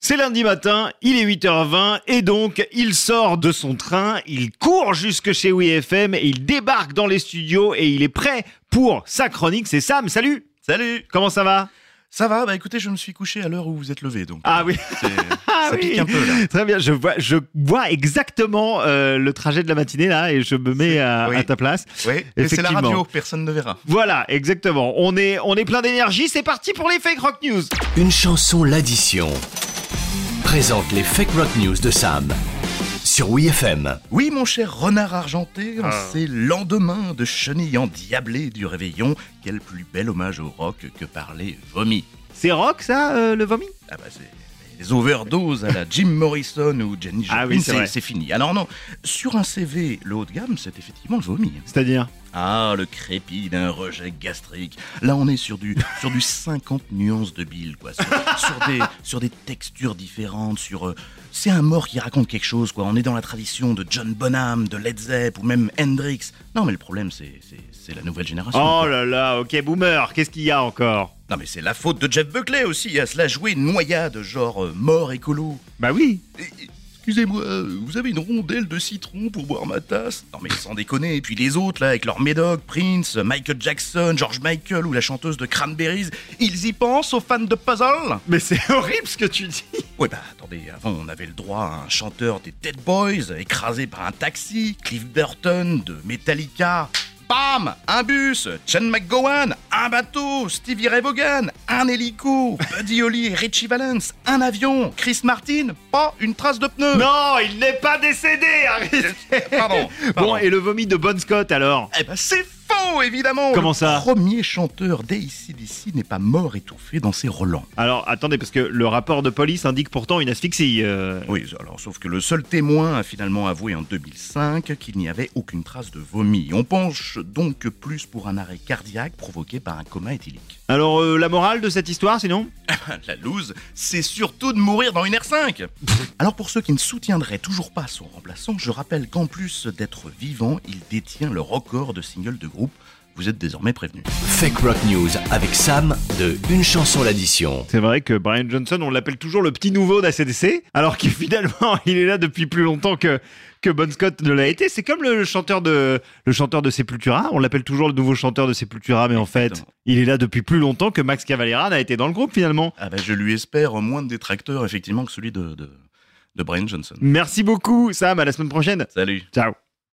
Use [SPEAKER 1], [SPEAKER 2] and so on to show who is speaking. [SPEAKER 1] C'est lundi matin, il est 8h20 et donc il sort de son train, il court jusque chez WeFM et il débarque dans les studios et il est prêt pour sa chronique. C'est Sam, salut
[SPEAKER 2] Salut
[SPEAKER 1] Comment ça va
[SPEAKER 2] Ça va Bah écoutez, je me suis couché à l'heure où vous êtes levé, donc
[SPEAKER 1] Ah oui,
[SPEAKER 2] c'est-
[SPEAKER 1] ah
[SPEAKER 2] ça
[SPEAKER 1] oui.
[SPEAKER 2] pique un peu là.
[SPEAKER 1] Très bien, je vois, je vois exactement euh, le trajet de la matinée là et je me mets à,
[SPEAKER 2] oui.
[SPEAKER 1] à ta place.
[SPEAKER 2] Oui, mais c'est la
[SPEAKER 1] Effectivement.
[SPEAKER 2] radio, personne ne verra.
[SPEAKER 1] Voilà, exactement. On est, on est plein d'énergie, c'est parti pour les fake rock news
[SPEAKER 3] Une chanson l'addition présente les fake rock news de Sam sur WeFM.
[SPEAKER 2] Oui, mon cher renard argenté,
[SPEAKER 1] Ah.
[SPEAKER 2] en ces lendemains de chenilles endiablées du réveillon, quel plus bel hommage au rock que parler vomi.
[SPEAKER 1] C'est rock ça, euh, le vomi
[SPEAKER 2] Ah bah c'est les overdoses à la Jim Morrison ou Jenny Joplin,
[SPEAKER 1] Ah oui, c'est
[SPEAKER 2] c'est
[SPEAKER 1] vrai.
[SPEAKER 2] c'est fini. Alors non, sur un CV, le haut de gamme, c'est effectivement le vomi.
[SPEAKER 1] C'est-à-dire
[SPEAKER 2] Ah, le crépi d'un rejet gastrique. Là, on est sur du, sur du 50 nuances de bile, quoi. Sur, sur des, sur des textures différentes, sur... euh, c'est un mort qui raconte quelque chose, quoi. On est dans la tradition de John Bonham, de Led Zepp ou même Hendrix. Non, mais le problème, c'est, c'est, c'est la nouvelle génération.
[SPEAKER 1] Oh
[SPEAKER 2] quoi.
[SPEAKER 1] là là, ok, boomer, qu'est-ce qu'il y a encore
[SPEAKER 2] Non, mais c'est la faute de Jeff Buckley aussi à se la jouer noyade, genre euh, mort écolo.
[SPEAKER 1] Bah oui
[SPEAKER 2] Eh, Excusez-moi, euh, vous avez une rondelle de citron pour boire ma tasse Non mais sans déconner, et puis les autres là, avec leur médoc, Prince, Michael Jackson, George Michael ou la chanteuse de Cranberries, ils y pensent aux fans de puzzle
[SPEAKER 1] Mais c'est horrible ce que tu dis
[SPEAKER 2] Ouais bah attendez, avant on avait le droit à un chanteur des Dead Boys, écrasé par un taxi, Cliff Burton de Metallica... Bam Un bus Chen McGowan Un bateau Stevie Ray Vaughan Un hélico Buddy Holly et Richie Valens Un avion Chris Martin Pas une trace de pneu
[SPEAKER 1] Non, il n'est pas décédé arrêtez.
[SPEAKER 2] Pardon.
[SPEAKER 1] Bon, et le vomi de Bon Scott alors
[SPEAKER 2] Eh ben, c'est faux, évidemment.
[SPEAKER 1] Comment
[SPEAKER 2] Le
[SPEAKER 1] ça
[SPEAKER 2] Premier chanteur d'ACDC n'est pas mort étouffé dans ses relents.
[SPEAKER 1] Alors attendez, parce que le rapport de police indique pourtant une asphyxie. euh.
[SPEAKER 2] Oui, alors sauf que le seul témoin a finalement avoué en 2005 qu'il n'y avait aucune trace de vomi. On penche donc plus pour un arrêt cardiaque provoqué par un coma éthylique.
[SPEAKER 1] Alors euh, la morale de cette histoire sinon
[SPEAKER 2] Ah, La loose, c'est surtout de mourir dans une R5 Alors pour ceux qui ne soutiendraient toujours pas son remplaçant, je rappelle qu'en plus d'être vivant, il détient le record de single de groupe. Vous êtes désormais prévenus.
[SPEAKER 3] Fake rock news avec Sam de Une chanson l'addition.
[SPEAKER 1] C'est vrai que Brian Johnson, on l'appelle toujours le petit nouveau d'ACDC, alors que finalement il est là depuis plus longtemps que, que Bon Scott ne l'a été. C'est comme le chanteur de le chanteur de Sepultura, on l'appelle toujours le nouveau chanteur de Sepultura, mais en fait
[SPEAKER 2] Exactement.
[SPEAKER 1] il est là depuis plus longtemps que Max Cavalera n'a été dans le groupe finalement.
[SPEAKER 2] Ah bah, je lui espère moins de détracteurs, effectivement, que celui de, de, de Brian Johnson.
[SPEAKER 1] Merci beaucoup Sam, à la semaine prochaine.
[SPEAKER 2] Salut
[SPEAKER 1] Ciao